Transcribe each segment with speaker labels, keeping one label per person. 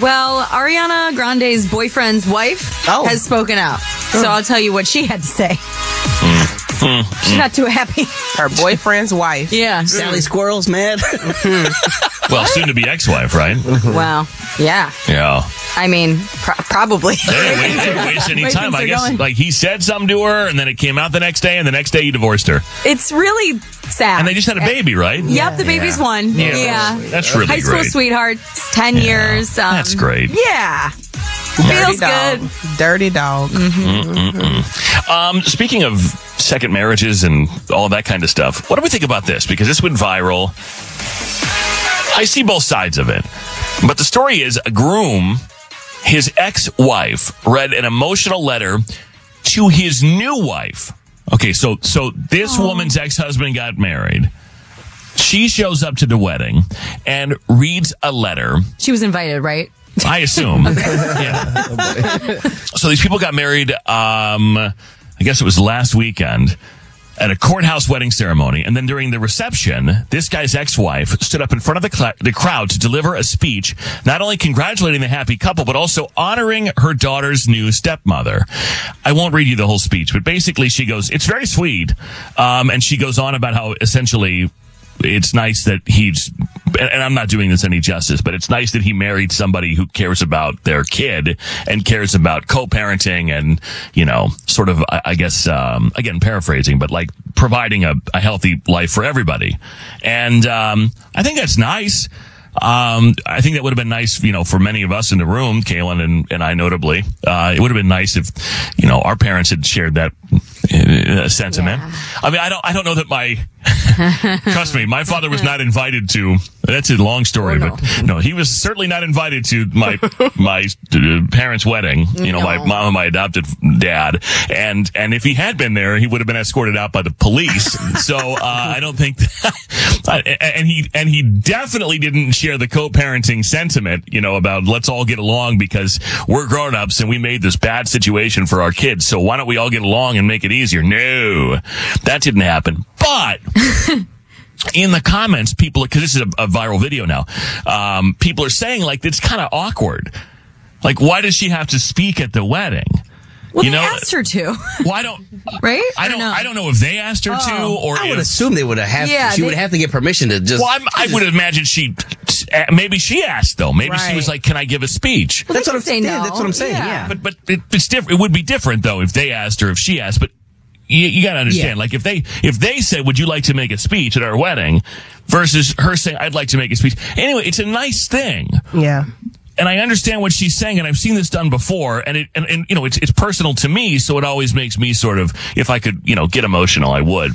Speaker 1: Well, Ariana Grande's boyfriend's wife
Speaker 2: Oh.
Speaker 1: has spoken out. So I'll tell you what she had to say. She's not too happy.
Speaker 2: Hmm. Her boyfriend's wife. Hmm.
Speaker 1: Yeah.
Speaker 3: Sally Squirrel's mad.
Speaker 4: Well, soon to be ex-wife, right?
Speaker 1: Wow. Yeah.
Speaker 4: Yeah.
Speaker 1: I mean, pro- probably.
Speaker 4: They didn't waste, they didn't waste any
Speaker 1: Wait,
Speaker 4: time.
Speaker 1: things
Speaker 4: I
Speaker 1: are
Speaker 4: guess
Speaker 1: going.
Speaker 4: like he said something to her, and then it came out the next day, and the next day he divorced her,
Speaker 1: It's really sad.
Speaker 4: and they just had a baby, right?
Speaker 1: Yep, the baby's one. Yeah.
Speaker 4: That's really
Speaker 1: High school
Speaker 4: great.
Speaker 1: sweethearts, 10 years. Um,
Speaker 4: That's great.
Speaker 1: Yeah. Feels good.
Speaker 2: Dirty dog.
Speaker 4: Mm-hmm. Um, speaking of second marriages and all that kind of stuff, what do we think about this? Because this went viral. I see both sides of it. But the story is a groom, his ex wife, read an emotional letter to his new wife. Okay, so so this woman's ex husband got married. She shows up to the wedding and reads a letter.
Speaker 1: She was invited, right?
Speaker 4: I assume. yeah. so these people got married. Um, I guess it was last weekend at a courthouse wedding ceremony, and then during the reception, this guy's ex-wife stood up in front of the, cl- the crowd to deliver a speech, not only congratulating the happy couple but also honoring her daughter's new stepmother. I won't read you the whole speech, but basically she goes, "It's very sweet," um, and she goes on about how essentially it's nice that he's and and I'm not doing this any justice, but it's nice that he married somebody who cares about their kid and cares about co-parenting and you know, sort of I, I guess um, again paraphrasing, but like providing a, a healthy life for everybody. And um, I think that's nice. Um, I think that would have been nice, you know, for many of us in the room, Kaylin and, and I notably. Uh, it would have been nice if, you know, our parents had shared that uh, sentiment. I mean, I don't, I don't know that my, Trust me, my father was not invited to. That's a long story, but no, he was certainly not invited to my my uh, parents' wedding. You know, my mom and my adopted dad, and and if he had been there, he would have been escorted out by the police. so uh, I don't think. and he and he definitely didn't share the co-parenting sentiment. You know, about let's all get along because we're grown ups and we made this bad situation for our kids. So why don't we all get along and make it easier? No, that didn't happen. But in the comments, people because this is a, a viral video now. Um, people are saying like it's kind of awkward. Like, why does she have to speak at the wedding?
Speaker 1: Well,
Speaker 4: You
Speaker 1: they
Speaker 4: know-
Speaker 1: asked her to,
Speaker 4: Why don't
Speaker 1: right? Oh.
Speaker 4: I don't I don't know if they asked her to or
Speaker 3: I would
Speaker 4: if,
Speaker 3: assume they would have.
Speaker 1: Yeah,
Speaker 3: she
Speaker 1: they-
Speaker 3: would have to get permission to just.
Speaker 4: well, I'm, I would imagine she uh, maybe she asked though. Maybe she was
Speaker 1: Right.
Speaker 4: like, "Can I give a speech?"
Speaker 1: Well, That's they what could I'm- say yeah, no. that's what I'm saying, Yeah. yeah.
Speaker 4: But but it, it's different. It would be different though if they asked or if she asked. But you, you got to understand, like if they if they said, "Would you like to make a speech at our wedding?" versus her saying, "I'd like to make a speech." Anyway, it's a nice thing.
Speaker 3: Yeah.
Speaker 4: And I understand what she's saying, and I've seen this done before, and it, and, and you know, it's, it's personal to me, so it always makes me sort of, if I could, you know, get emotional, I would.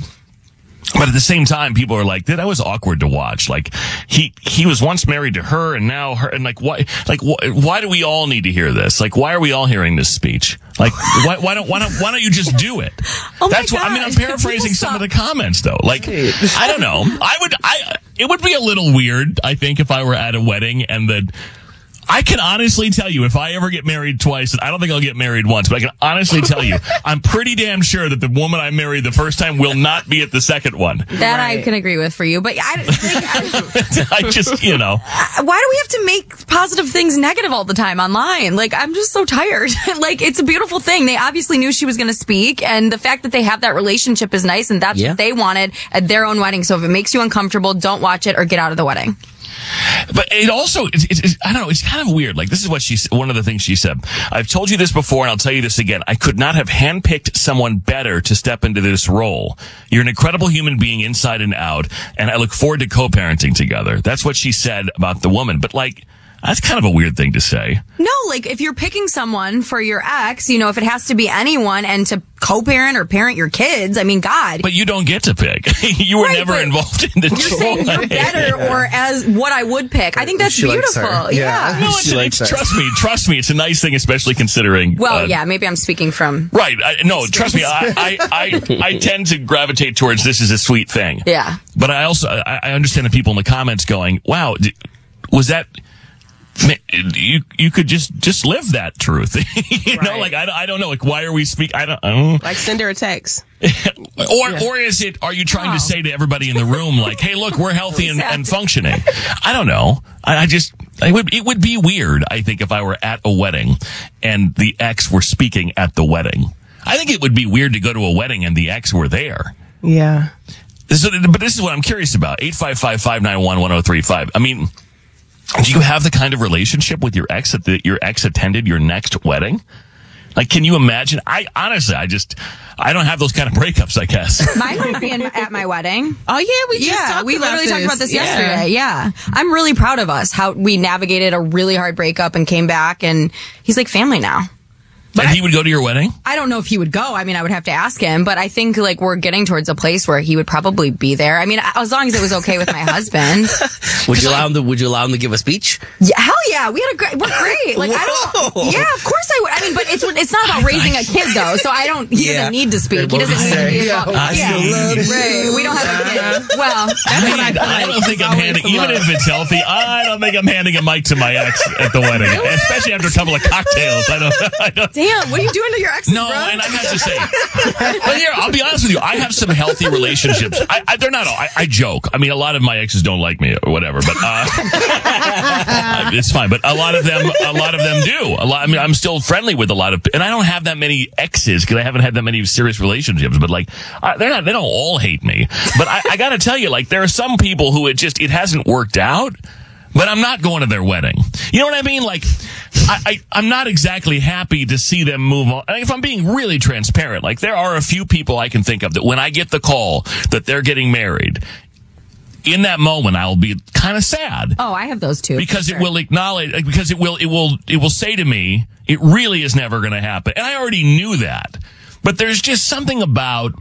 Speaker 4: But at the same time, people are like, that was awkward to watch. Like, he, he was once married to her and now her, and like, why, like, wh- why do we all need to hear this? Like, why are we all hearing this speech? Like, why, why don't, why don't, why don't you just do it? That's what, I mean, I'm paraphrasing some of the comments though. Like, I don't know. I would, I, it would be a little weird, I think, if I were at a wedding and the, I can honestly tell you if I ever get married twice, and I don't think I'll get married once, but I can honestly tell you, I'm pretty damn sure that the woman I married the first time will not be at the second one.
Speaker 1: That I can agree with for you, but I,
Speaker 4: I just, you know.
Speaker 1: why do we have to make positive things negative all the time online? Like, I'm just so tired. like, it's a beautiful thing. They obviously knew she was going to speak, and the fact that they have that relationship is nice, and that's
Speaker 4: Yeah.
Speaker 1: what they wanted at their own wedding. So if it makes you uncomfortable, don't watch it or get out of the wedding.
Speaker 4: But it also, it's, it's, it's, I don't know, it's kind of weird. Like, this is what she, s- one of the things she said. I've told you this before and I'll tell you this again. I could not have handpicked someone better to step into this role. You're an incredible human being inside and out, and I look forward to co-parenting together. That's what she said about the woman. But like, that's kind of a weird thing to say.
Speaker 1: No, like if you're picking someone for your ex, you know, if it has to be anyone and to co-parent or parent your kids, I mean, God,
Speaker 4: But you don't get to pick. you were never involved in the
Speaker 1: you're saying you're
Speaker 4: choice.
Speaker 1: better or as what I would pick. I think that's
Speaker 4: She likes her.
Speaker 1: beautiful. Yeah.
Speaker 4: No, it's, it's- trust me, trust me. It's a nice thing, especially considering.
Speaker 1: Well,
Speaker 4: uh,
Speaker 1: yeah, maybe I'm speaking from.
Speaker 4: Right. I, no, trust me. I, I, I, I tend to gravitate towards this is a sweet thing.
Speaker 1: Yeah.
Speaker 4: But I also, I, I understand the people in the comments going, wow, d- was that, ma- you, you could just, just live that truth. you know, like, I, don't- I don't know. Like, why are we speak? I don't, I don't
Speaker 2: Like send her a text.
Speaker 4: or, or is it, are you trying to say to everybody in the room, like, hey, look, we're healthy and, and functioning? I don't know. I, I just, I would, it would be weird, I think, if I were at a wedding and the ex were speaking at the wedding. I think it would be weird to go to a wedding and the ex were there.
Speaker 2: Yeah.
Speaker 4: So, but this is what I'm curious about. 855-591-1035. I mean, do you have the kind of relationship with your ex that the, your ex attended your next wedding? Like, can you imagine? I honestly, I just, I don't have those kind of breakups, I guess.
Speaker 1: Mine would be in, at my wedding.
Speaker 2: Oh yeah, we just
Speaker 1: yeah,
Speaker 2: talked
Speaker 1: we
Speaker 2: about
Speaker 1: literally talked
Speaker 2: this.
Speaker 1: about this
Speaker 2: Yeah.
Speaker 1: yesterday. Yeah, I'm really proud of us how we navigated a really hard breakup and came back, and he's like family now.
Speaker 4: and he would go to your wedding?
Speaker 1: I don't know if he would go. I mean, I would have to ask him, but I think like we're getting towards a place where he would probably be there. I mean, as long as it was okay with my husband.
Speaker 3: Would you allow him to? Would you allow him to give a speech?
Speaker 1: Yeah, hell yeah, we had a great. We're great. Like I
Speaker 3: Whoa.
Speaker 1: don't. Yeah, of course I would. I mean, but it's it's not about raising a kid though, so I don't. He
Speaker 3: Yeah.
Speaker 1: doesn't need to speak. He
Speaker 3: What
Speaker 1: doesn't
Speaker 3: we
Speaker 1: need
Speaker 3: say.
Speaker 1: to be
Speaker 3: Yeah.
Speaker 1: involved.
Speaker 3: I still love you.
Speaker 1: right. We don't have a kid. Well, that's what I feel
Speaker 4: Uh-huh. I
Speaker 1: like.
Speaker 4: don't think I'm handing, even if it's healthy, I don't think I'm handing a mic to my ex at the wedding, especially after a couple of cocktails. I don't, I don't
Speaker 1: Damn, what are you doing to your ex?
Speaker 4: No, and I have to say, but here, I'll be honest with you. I have some healthy relationships. I, I, they're not all. I, I joke. I mean, a lot of my exes don't like me or whatever, but uh, it's fine. But a lot of them, a lot of them do. A lot. I mean, I'm still friendly with a lot of, and I don't have that many exes because I haven't had that many serious relationships. But like, I, they're not. They don't all hate me. But I, I got to tell you, like, there are some people who it just it hasn't worked out. But I'm not going to their wedding. You know what I mean? Like, I, I, I'm not exactly happy to see them move on. And if I'm being really transparent, like there are a few people I can think of that when I get the call that they're getting married, in that moment I'll be kind of sad
Speaker 1: Oh, I have those two.
Speaker 4: because it will acknowledge like, because it will it will it will say to me it really is never going to happen and i already knew that but there's just something about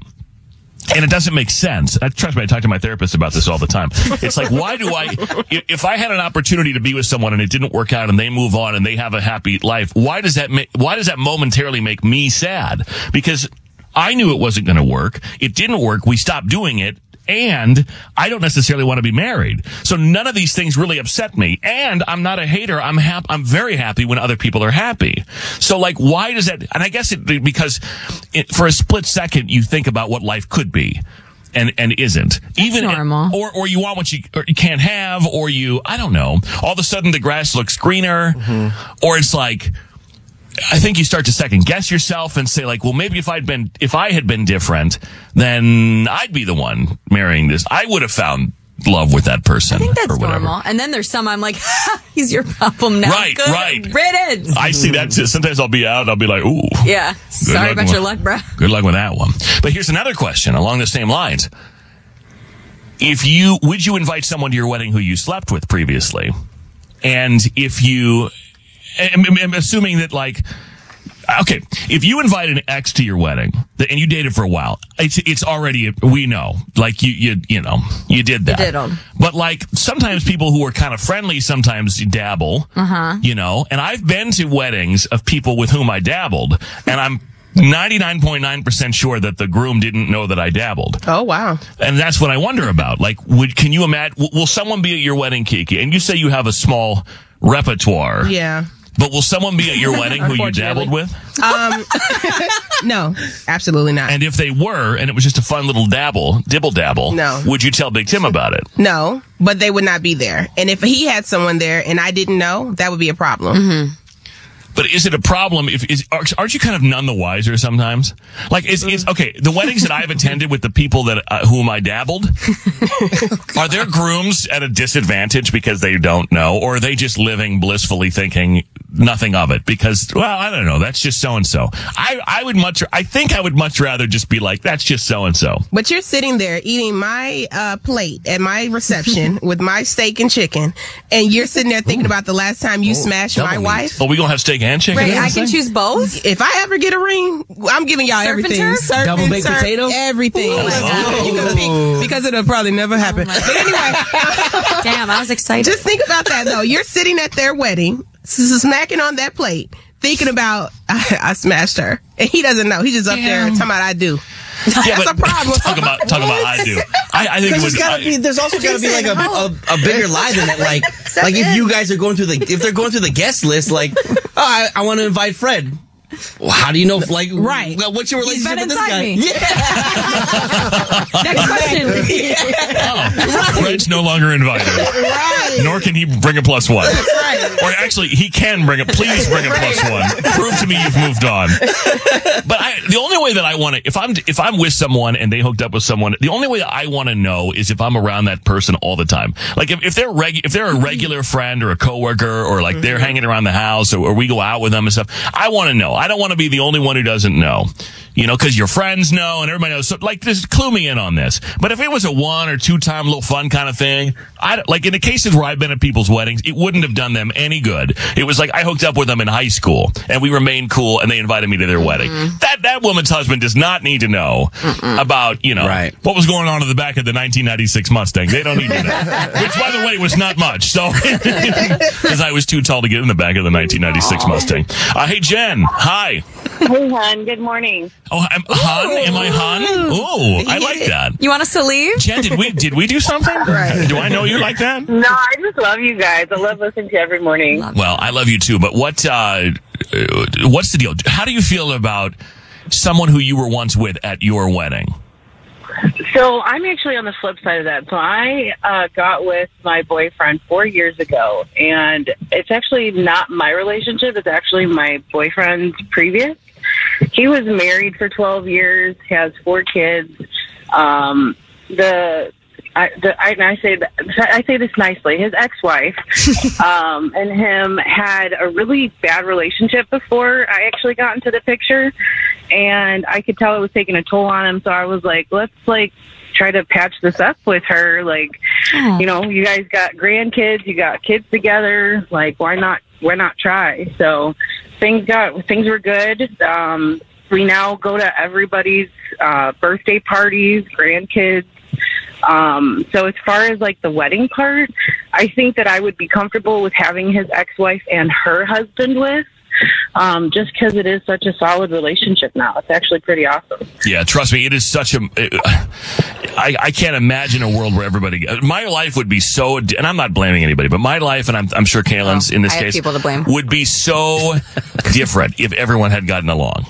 Speaker 4: and it doesn't make sense. I, trust me, I talk to my therapist about this all the time. It's like, why do I, i- if I had an opportunity to be with someone and it didn't work out and they move on and they have a happy life, why does that make, why does that momentarily make me sad? Because I knew it wasn't going to work. It didn't work. We stopped doing it. And I don't necessarily want to be married. So none of these things really upset me. And I'm not a hater. I'm hap- I'm very happy when other people are happy. So like, why does that? And I guess it, because it, for a split second, you think about what life could be and, and isn't. Even normal. Or, or you want what you, or you can't have, or you, I don't know. All of a sudden the grass looks greener, or it's like, I think you start to second guess yourself and say like, well, maybe if I'd been, if I had been different, then I'd be the one marrying this. I would have found love with that person
Speaker 1: I think that's
Speaker 4: or whatever.
Speaker 1: normal. And then there's some I'm like, he's your problem now.
Speaker 4: Right,
Speaker 1: Good
Speaker 4: right.
Speaker 1: Riddance.
Speaker 4: I see that too. Sometimes I'll be out and I'll be like, ooh.
Speaker 1: Yeah. Sorry
Speaker 4: luck
Speaker 1: about your luck,
Speaker 4: with-
Speaker 1: bro.
Speaker 4: Good luck with that one. But here's another question along the same lines. If you would you invite someone to your wedding who you slept with previously? And if you I'm, I'm- I'm assuming that like okay, if you invite an ex to your wedding that- and you dated for a while, it's it's already we know. Like you you you know, you did that.
Speaker 1: diddled.
Speaker 4: But like sometimes people who are kind of friendly sometimes dabble
Speaker 1: Uh huh.
Speaker 4: you know and i've been to weddings of people with whom i dabbled and i'm 99.9% sure that the groom didn't know that i dabbled
Speaker 2: oh wow
Speaker 4: and that's what i wonder about like would can you imagine will someone be at your wedding kiki and you say you have a small repertoire
Speaker 2: Yeah.
Speaker 4: but will someone be at your wedding who you
Speaker 2: Unfortunately.
Speaker 4: dabbled with
Speaker 2: Um, no, absolutely not.
Speaker 4: and if they were and it was just a fun little dabble dibble dabble
Speaker 2: No.
Speaker 4: would you tell big tim about it
Speaker 2: No, but they would not be there. And if he had someone there and I didn't know, that would be a problem.
Speaker 4: But is it a problem if is aren't aren't you kind of none the wiser sometimes? Like is is okay the weddings that I've attended with the people that uh, whom I dabbled are their grooms at a disadvantage because they don't know or are they just living blissfully thinking nothing of it because well I don't know that's just so and so. I I would much I think I would much rather just be like that's just so and so.
Speaker 2: But you're sitting there eating my uh, plate at my reception with my steak and chicken, and you're sitting there thinking about the last time you smashed my wife.
Speaker 4: Oh, we gonna have steak and chicken.
Speaker 2: Right,
Speaker 4: Is that the thing?
Speaker 2: choose both. If I ever get a ring, I'm giving y'all
Speaker 1: Surf and
Speaker 2: everything.
Speaker 1: turf?
Speaker 2: Surf
Speaker 1: Double
Speaker 2: and
Speaker 1: baked
Speaker 2: turf,
Speaker 1: potato?
Speaker 2: Everything.
Speaker 1: Ooh. Oh
Speaker 2: Like, you can pick, because it'll probably never happen. but anyway,
Speaker 1: damn, I was excited.
Speaker 2: Just think about that though. You're sitting at their wedding, s- s- snacking on that plate, thinking about I, I smashed her, and he doesn't know. He's just up there talking about I do. That's
Speaker 4: but-
Speaker 2: a problem.
Speaker 4: Talk about talk about I do. I, I think it
Speaker 5: Because
Speaker 4: would,
Speaker 5: there's gotta
Speaker 4: I-
Speaker 5: be, there's also gotta be like a, a, a bigger lie than that. Like, like if you guys are going through the, if they're going through the guest list, like, oh, I, I want to invite Fred. Well, how do you know? if, Like, right? Well, what's your
Speaker 1: He's been
Speaker 5: relationship with this
Speaker 1: inside
Speaker 5: guy?
Speaker 1: me. Next question.
Speaker 4: Fred's no longer invited.
Speaker 2: Right.
Speaker 4: Nor can he bring a plus one.
Speaker 2: right.
Speaker 4: Or actually, he can bring a. Please bring a plus one. Prove to me you've moved on. But I, the only way that I want to, if I'm if I'm with someone and they hooked up with someone, the only way that I want to know is if I'm around that person all the time. Like if, if they're reg, if they're a regular friend or a coworker or like they're hanging around the house or, or we go out with them and stuff. I want to know. I don't want to be the only one who doesn't know. You know, because your friends know and everybody knows. So, like, just clue me in on this. But if it was a one or two time little fun kind of thing, I don't- like in the cases where I've been at people's weddings, it wouldn't have done them any good. It was like I hooked up with them in high school and we remained cool and they invited me to their wedding. That that woman's husband does not need to know about, you know, what was going on in the back of the 1996 Mustang. They don't need to know. Which by the way was not much. So cuz I was too tall to get in the back of the 1996 Mustang. Uh, hey Jen, hi.
Speaker 6: Hey, hon. Good morning.
Speaker 4: Oh, I'm Han. Am I Han? Oh, I like that.
Speaker 1: You want us to leave?
Speaker 4: Jen, did we did we do something? Do I know you like that?
Speaker 6: No, I just love you guys. I love listening to you every morning.
Speaker 4: Well, I love you too, but what uh, uh, what's the deal? How do you feel about someone who you were once with at your wedding?
Speaker 6: So I'm actually on the flip side of that. So I uh, got with my boyfriend four years ago, and it's actually not my relationship. It's actually my boyfriend's previous. He was married for 12 years, has four kids. Um, the I, the, I, and I say that, I say this nicely. His ex-wife um, and him had a really bad relationship before I actually got into the picture, and I could tell it was taking a toll on him. So I was like, let's like try to patch this up with her. Like,
Speaker 7: Aw.
Speaker 6: you know, you guys got grandkids, you got kids together. Like, why not? Why not try? So things got things were good. Um, we now go to everybody's uh, birthday parties, grandkids. Um, so as far as like the wedding part, I think that I would be comfortable with having his ex-wife and her husband with, um, just because it is such a solid relationship now. It's actually pretty awesome.
Speaker 4: Yeah, trust me, it is such a. I, I can't imagine a world where everybody. My life would be so, and I'm not blaming anybody, but my life, and I'm, I'm sure Kaylin's in this
Speaker 1: Oh, I have
Speaker 4: case,
Speaker 1: people to blame.
Speaker 4: would be so different if everyone had gotten along.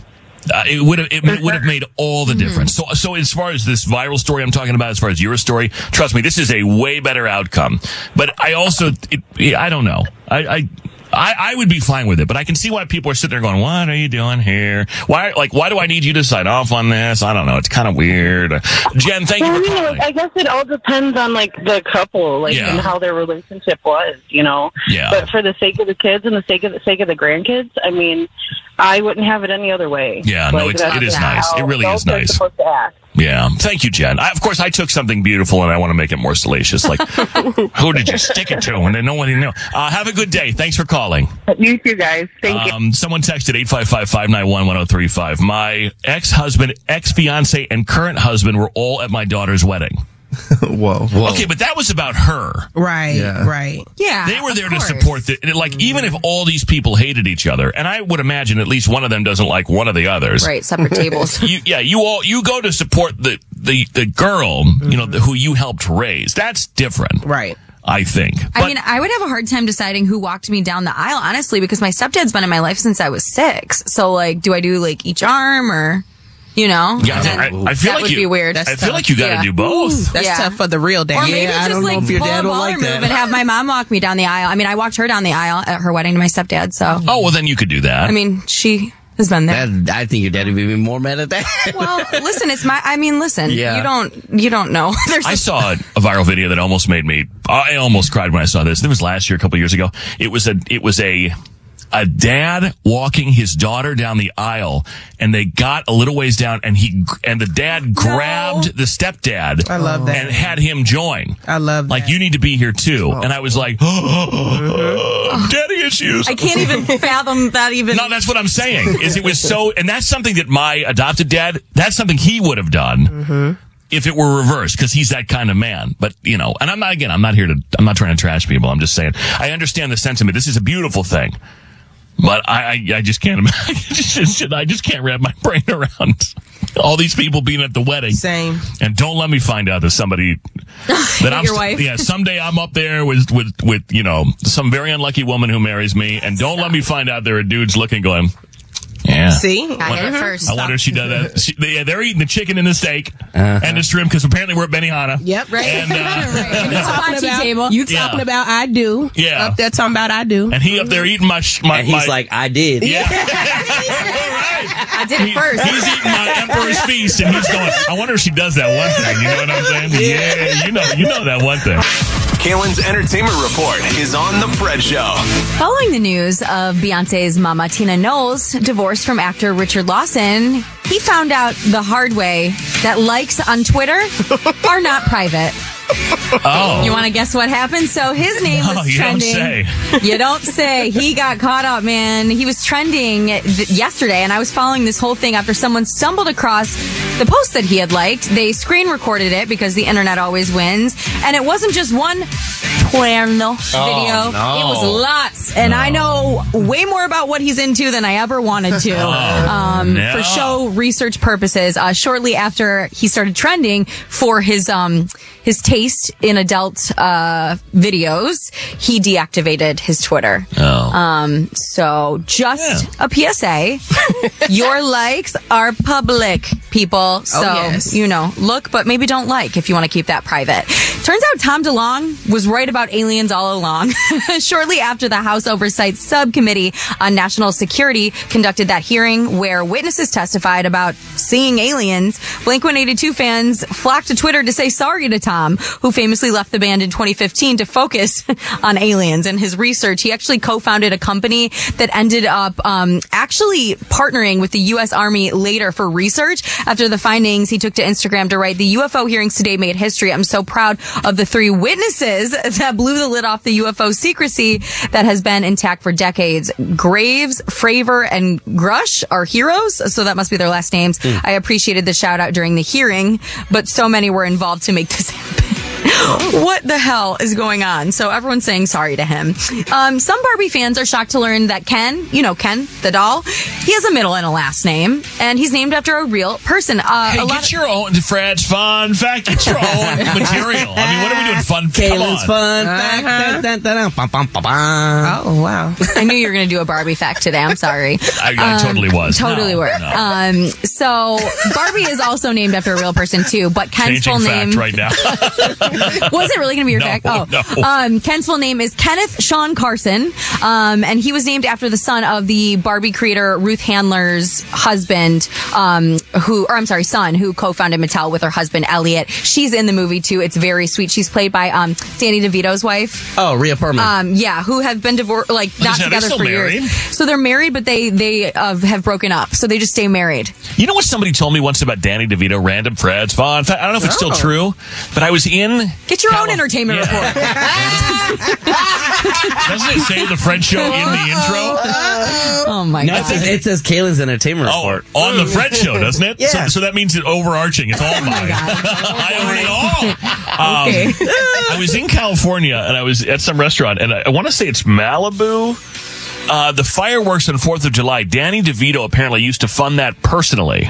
Speaker 4: Uh, it would have it would have made all the difference. So so as far as this viral story I'm talking about, as far as your story, trust me, this is a way better outcome. But I also it, I don't know. I, I I, I would be fine with it, but I can see why people are sitting there going, "What are you doing here? Why like why do I need you to sign off on this? I don't know. It's kind of weird." Jen, thank you.
Speaker 6: Well,
Speaker 4: For
Speaker 6: you know,
Speaker 4: calling.
Speaker 6: I guess it all depends on like the couple, like
Speaker 4: Yeah.
Speaker 6: and how their relationship was, you know.
Speaker 4: Yeah.
Speaker 6: But for the sake of the kids and the sake of the sake of the grandkids, I mean, I wouldn't have it any other way.
Speaker 4: Yeah, no, it's,
Speaker 6: that's
Speaker 4: it is
Speaker 6: just
Speaker 4: nice.
Speaker 6: how
Speaker 4: It really is
Speaker 6: adults are
Speaker 4: nice.
Speaker 6: supposed to act.
Speaker 4: Yeah. Thank you, Jen. I, of course, I took something beautiful and I want to make it more salacious. Like, who did you stick it to? And then no one even knew. Uh, have a good day. Thanks for calling.
Speaker 6: You too, guys. Thank you.
Speaker 4: um, Someone texted 855-591-1035. My ex-husband, ex-fiance, and current husband were all at my daughter's wedding.
Speaker 7: Whoa.
Speaker 4: Okay, but that was about her.
Speaker 2: Right,
Speaker 4: Yeah.
Speaker 2: right. Yeah. Mm-hmm.
Speaker 4: They were there to support the, and, like, even if all these people hated each other, and I would imagine at least one of them doesn't like one of the others.
Speaker 1: Right, separate tables.
Speaker 4: you, yeah, you all, you go to support the, the, the girl, you know, the, who you helped raise. That's different.
Speaker 2: Mm-hmm. Right.
Speaker 4: I think.
Speaker 1: I mean, I would have a hard time deciding who walked me down the aisle, honestly, because my stepdad's been in my life since I was six. So, like, do I do like each arm or, you know?
Speaker 4: Yeah, I, I- I feel
Speaker 1: that
Speaker 4: like
Speaker 1: would
Speaker 4: you.
Speaker 1: be weird.
Speaker 4: I feel like you got to do both.
Speaker 2: That's tough for the real dad.
Speaker 1: Or maybe
Speaker 2: Yeah, I
Speaker 1: just
Speaker 2: don't know
Speaker 1: like
Speaker 2: if your
Speaker 1: pull
Speaker 2: dad
Speaker 1: a
Speaker 2: will
Speaker 1: baller
Speaker 2: like that.
Speaker 1: move and have my mom walk me down the aisle. I mean, I walked her down the aisle at her wedding to my stepdad. So,
Speaker 4: Oh well, then you could do that.
Speaker 1: I mean, she has been there.
Speaker 5: That, I think your dad would be more mad at that.
Speaker 1: well, listen, it's my. I mean, listen.
Speaker 4: Yeah.
Speaker 1: You don't. You don't know. There's.
Speaker 4: I saw a a viral video that almost made me. I almost cried when I saw this. It was last year, a couple years ago. It was a. It was a. A dad walking his daughter down the aisle, and they got a little ways down, and he and the dad grabbed the stepdad. I love that, and had him join.
Speaker 2: I love
Speaker 4: like you need to be here too. And I was like, daddy issues.
Speaker 1: I can't even fathom that. Even
Speaker 4: no, that's what I'm saying. Is it was so, and that's something that my adopted dad. That's something he would have done
Speaker 2: Mm-hmm.
Speaker 4: Mm-hmm. if it were reversed, because he's that kind of man. But you know, and I'm not again. I'm not here to. I'm not trying to trash people. I'm just saying. I understand the sentiment. This is a beautiful thing. But I, I, I just can't. imagine- I just, I just can't wrap my brain around all these people being at the wedding.
Speaker 2: Same.
Speaker 4: And don't let me find out that somebody that I'm
Speaker 1: your wife.
Speaker 4: yeah someday I'm up there with with with you know some very unlucky woman who marries me, and don't let me find out there are dudes looking going. Yeah.
Speaker 2: See?
Speaker 4: I
Speaker 2: Got it
Speaker 4: wonder,
Speaker 2: first.
Speaker 4: I wonder if she does that. She, they, yeah, they're eating the chicken and the steak
Speaker 5: Uh-huh.
Speaker 4: and the shrimp because apparently we're at Benihana.
Speaker 2: Yep. Right.
Speaker 4: And,
Speaker 2: You talking
Speaker 4: uh,
Speaker 2: about, You
Speaker 4: Yeah.
Speaker 2: talking about I do.
Speaker 4: Yeah.
Speaker 2: Up there talking about I do.
Speaker 4: And he up there eating my sh- my.
Speaker 5: And he's
Speaker 4: my-
Speaker 5: like, I did.
Speaker 4: Yeah.
Speaker 1: I did it first.
Speaker 4: He's eating my emperor's feast, and he's going. I wonder if she does that one thing. You know what I'm saying? Yeah, you know, you know that one thing.
Speaker 8: Kalen's entertainment report is on the Fred Show.
Speaker 1: Following the news of Beyonce's mama Tina Knowles divorced from actor Richard Lawson, he found out the hard way that likes on Twitter are not private.
Speaker 4: Oh.
Speaker 1: You want to guess what happened? So his name was
Speaker 4: No, you don't
Speaker 1: trending.
Speaker 4: say.
Speaker 1: You don't say. He got caught up, man. He was trending th- yesterday, and I was following this whole thing after someone stumbled across the post that he had liked. They screen recorded it because the internet always wins, and it wasn't just one porno
Speaker 4: Oh,
Speaker 1: video.
Speaker 9: no.
Speaker 1: It was lots, and I know way more about what he's into than I ever wanted to.
Speaker 4: Oh,
Speaker 1: um,
Speaker 9: no.
Speaker 1: For show research purposes, uh, shortly after he started trending for his um, his taste in adult uh, videos, he deactivated his Twitter. Um, so just a PSA: your likes are public, people. So
Speaker 2: yes.
Speaker 1: you know, look, but maybe don't like if you want to keep that private. Turns out Tom DeLong was right about aliens all along. Shortly after the House Oversight Subcommittee on National Security conducted that hearing where witnesses testified about seeing aliens, Blink 182 fans flocked to Twitter to say sorry to Tom, who famously left the band in 2015 to focus on aliens and his research. He actually co-founded a company that ended up um, actually partnering with the U.S. Army later for research. After the findings, he took to Instagram to write, "The UFO hearings today made history. I'm so proud of the three witnesses that blew the lid off the UFO secrecy that has been intact for decades. Graves, Fravor, and Grush are heroes, so that must be their last names. I appreciated the shout out during the hearing, but so many were involved to make this happen." what the hell is going on? So everyone's saying sorry to him. Um, some Barbie fans are shocked to learn that Ken, you know Ken, the doll, he has a middle and a last name, and he's named after a real person. Uh,
Speaker 4: Hey,
Speaker 1: a lot
Speaker 4: get your own Fred's fun fact. Get your own material. I mean, what are we doing? Fun.
Speaker 5: Kalen's
Speaker 4: come on.
Speaker 5: fun
Speaker 1: Uh-huh.
Speaker 5: fact. Dun, dun, dun, dun, bum, bum, bum, bum.
Speaker 2: Oh wow!
Speaker 1: I knew you were going to do a Barbie fact today. I'm sorry. Um,
Speaker 5: I- I totally was.
Speaker 1: Totally
Speaker 5: No,
Speaker 1: were.
Speaker 5: no.
Speaker 1: Um, so Barbie is also named after a real person too, but Ken's
Speaker 4: Changing
Speaker 1: full
Speaker 4: fact
Speaker 1: name
Speaker 4: right now.
Speaker 1: Was it really going to be your
Speaker 7: No,
Speaker 1: fact? Oh,
Speaker 7: no.
Speaker 1: um, Kent's full name is Kenneth Sean Carson, um, and he was named after the son of the Barbie creator Ruth Handler's husband, um, who, or I'm sorry, son who co-founded Mattel with her husband Elliot. She's in the movie too. It's very sweet. She's played by um, Danny DeVito's wife.
Speaker 4: Uh,
Speaker 5: Oh, Rhea Perlman.
Speaker 1: Um, yeah, who have been divorced, like
Speaker 5: I
Speaker 1: not
Speaker 5: was gonna say, they're
Speaker 1: together
Speaker 5: still
Speaker 1: for
Speaker 4: married.
Speaker 1: years. So they're married, but they they uh, have broken up. So they just stay married.
Speaker 4: You know what somebody told me once about Danny DeVito? Random Fred's fun. fact. I don't know if it's
Speaker 1: Oh.
Speaker 4: still true, but I was in.
Speaker 1: Get your own entertainment report.
Speaker 4: Doesn't it say the Fred show in the intro?
Speaker 1: Oh my
Speaker 5: no,
Speaker 4: God.
Speaker 5: It says, it says Kalen's entertainment report.
Speaker 4: Oh, On the Fred show, doesn't it?
Speaker 5: Yeah.
Speaker 4: So, so that means it's overarching. It's
Speaker 1: Oh
Speaker 4: all mine. I own it all. Um, I was in California and I was at some restaurant, and I, I want to say it's Malibu. Uh, the fireworks on 4th of July, Danny DeVito apparently used to fund that personally.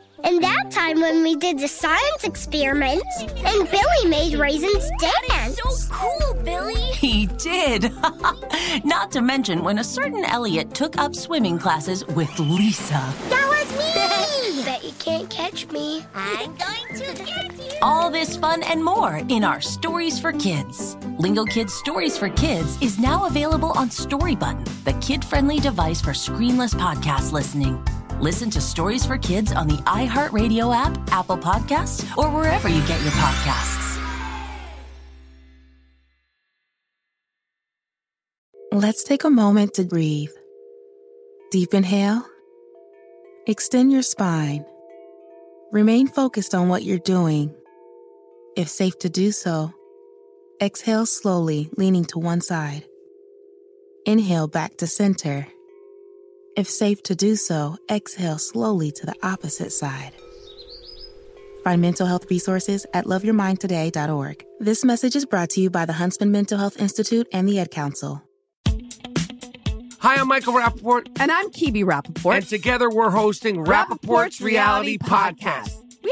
Speaker 10: And that time when we did the science experiments, and Billy made raisins dance. so cool, Billy!
Speaker 11: He did. Not to mention when a certain Elliot took up swimming classes with Lisa.
Speaker 10: That was me! Bet you can't catch me. I'm going to get you!
Speaker 11: All this fun and more in our Stories for Kids. Lingo Kids Stories for Kids is now available on Story Button, the kid friendly device for screenless podcast listening. Listen to Stories for Kids on the iHeartRadio app, Apple Podcasts, or wherever you get your podcasts.
Speaker 9: Let's take a moment to breathe. Deep inhale. Extend your spine. Remain focused on what you're doing. If safe to do so, exhale slowly, leaning to one side. Inhale back to center. If safe to do so, exhale slowly to the opposite side. Find mental health resources at loveyourmindtoday.org. This message is brought to you by the Huntsman Mental Health Institute and the Ed Council.
Speaker 12: Hi, I'm Michael Rappaport. And I'm Kibi Rappaport. And together we're hosting Rappaport's, Reality Podcast.
Speaker 13: We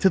Speaker 14: to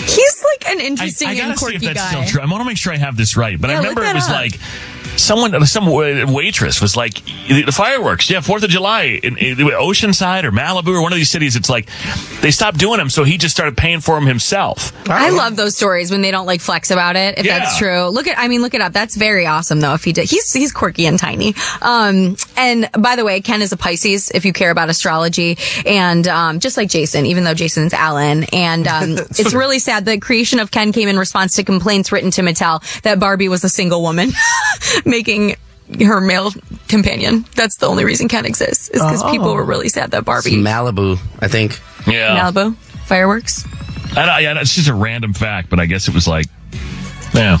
Speaker 1: He's like an
Speaker 4: I,
Speaker 1: interesting
Speaker 4: I gotta
Speaker 1: and
Speaker 4: see
Speaker 1: quirky
Speaker 4: if that's
Speaker 1: guy.
Speaker 4: still true. I want to make sure I have this right, but I
Speaker 1: Yeah, look
Speaker 4: remember it
Speaker 1: that
Speaker 4: was
Speaker 1: up.
Speaker 4: like someone, some wa- waitress was like, "The the fireworks, yeah, Fourth of July in, in Oceanside or Malibu or one of these cities." It's like they stopped doing them, so he just started paying for them himself.
Speaker 1: I love those stories when they don't like flex about it. If
Speaker 4: Yeah.
Speaker 1: that's true, look at I mean, look it up. That's very awesome though. If he did, he's he's quirky and tiny. Um, And by the way, Ken is a Pisces, if you care about astrology. And um, just like Jason, even though Jason's Alan. And um, it's really sad. The creation of Ken came in response to complaints written to Mattel that Barbie was a single woman making her male companion. That's the only reason Ken exists, is because people
Speaker 3: Oh.
Speaker 1: were really sad that Barbie.
Speaker 3: It's Malibu, I think.
Speaker 4: Yeah.
Speaker 1: Malibu fireworks.
Speaker 4: I don't, yeah, that's just a random fact, but I guess it was like, yeah.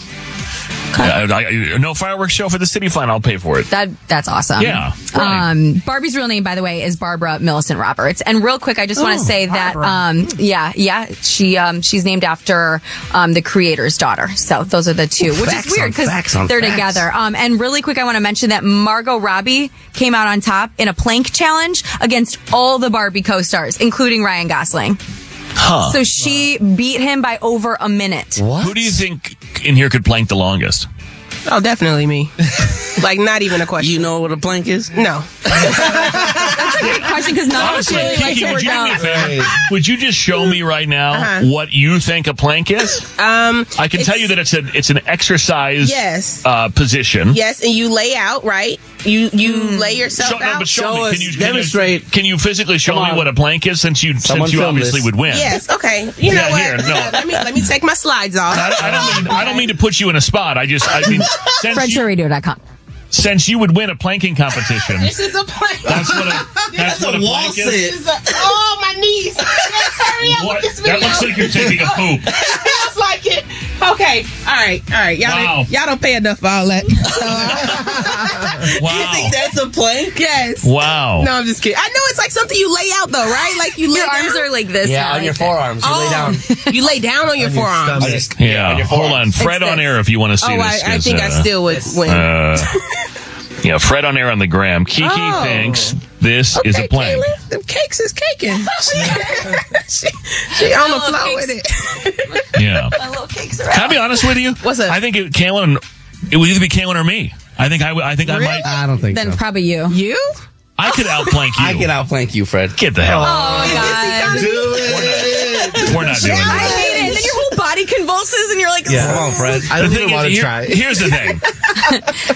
Speaker 4: Yeah, I- I- no fireworks show for the city fine. I'll pay for it.
Speaker 1: That that's awesome.
Speaker 4: Yeah,
Speaker 1: Um, Barbie's real name, by the way, is Barbara Millicent Roberts. And real quick, I just want
Speaker 7: Oh,
Speaker 1: to say
Speaker 7: Barbara.
Speaker 1: that, um, yeah, yeah, she um, she's named after um, the creator's daughter. So those are the two,
Speaker 7: Ooh,
Speaker 1: which
Speaker 7: facts
Speaker 1: is weird
Speaker 7: on
Speaker 1: because
Speaker 7: facts on
Speaker 1: they're
Speaker 7: facts.
Speaker 1: together. Um, and really quick, I want to mention that Margot Robbie came out on top in a plank challenge against all the Barbie co-stars, including Ryan Gosling.
Speaker 4: Huh.
Speaker 1: So she beat him by over a minute.
Speaker 4: Who do you think in here could plank the longest?
Speaker 7: Oh, definitely me. like, not even a question. You
Speaker 3: know what a plank is?
Speaker 7: No.
Speaker 1: That's a great question because none of us
Speaker 4: Honestly,
Speaker 1: really like
Speaker 4: Kiki,
Speaker 1: to
Speaker 4: would
Speaker 1: work
Speaker 4: you, do me a
Speaker 1: out.
Speaker 4: favor? Would you just show me right now
Speaker 7: Uh-huh.
Speaker 4: what you think a plank is?
Speaker 7: Um,
Speaker 4: I can tell
Speaker 7: it's-
Speaker 4: you that it's a it's an exercise
Speaker 7: Yes.
Speaker 4: uh, position.
Speaker 7: Yes, and you lay out, right? You you
Speaker 2: Hmm.
Speaker 7: lay yourself
Speaker 4: Show, no,
Speaker 7: out.
Speaker 4: but show, me. Can you, can you- Can you physically show
Speaker 7: Come
Speaker 4: me
Speaker 7: on.
Speaker 4: what a plank is? Since you
Speaker 3: Someone
Speaker 4: since you
Speaker 3: film
Speaker 4: obviously
Speaker 3: this.
Speaker 4: would win.
Speaker 7: Yes, okay. You know
Speaker 4: Yeah,
Speaker 7: what?
Speaker 4: here, no.
Speaker 7: let me let me take my slides off.
Speaker 4: I, I don't mean I don't mean to put you in a spot. I just I mean since you,
Speaker 1: FrenchRadio.com.
Speaker 4: since you would win a planking competition.
Speaker 7: This is a plank.
Speaker 4: That's what a- that's what a plank is.
Speaker 7: This is a- oh, my knees. Yes, hurry up
Speaker 4: What?
Speaker 7: with this video.
Speaker 4: That looks like you're taking a poop.
Speaker 7: Sounds like it. Okay. All right. All right. Y'all,
Speaker 4: Wow.
Speaker 7: don't, y'all don't pay enough for all that.
Speaker 4: Wow.
Speaker 7: that's a plank? Yes.
Speaker 4: Wow.
Speaker 7: No, I'm just kidding. I know it's like something you lay out though, right? Like you lay
Speaker 1: Your arms
Speaker 7: down.
Speaker 1: are like this.
Speaker 3: Yeah, now, on like your that. forearms. You lay
Speaker 7: down. You lay down on your forearms.
Speaker 4: I just- yeah, hold on, Fred on air if you want to see
Speaker 7: Oh,
Speaker 4: this.
Speaker 7: I, I
Speaker 4: 'cause,
Speaker 7: think I
Speaker 4: uh,
Speaker 7: still would win.
Speaker 4: Uh, yeah, Fred on air on the gram. Kiki
Speaker 7: Oh.
Speaker 4: thinks this is a plank.
Speaker 7: Kayla, them cakes is caking.
Speaker 10: Oh,
Speaker 7: she, she on the
Speaker 1: I love
Speaker 7: floor with it.
Speaker 4: Yeah.
Speaker 7: My little cakes are
Speaker 4: Can I
Speaker 7: out.
Speaker 4: be honest with you? What's up? I think it, Kalen, it would either be Kalen or me. I think I, would- I think I might. I don't
Speaker 1: Then probably you.
Speaker 7: You?
Speaker 4: I could outplank you. I could
Speaker 3: outplank you, Fred.
Speaker 4: Get the hell. out.
Speaker 1: Oh my god.
Speaker 4: We're not
Speaker 1: I
Speaker 4: doing that.
Speaker 1: hate it. And then your whole body convulses and you're like,
Speaker 3: Come on, Fred. I
Speaker 4: The
Speaker 3: don't even
Speaker 4: thing is,
Speaker 3: want to
Speaker 4: here-
Speaker 3: try.
Speaker 4: Here's the thing.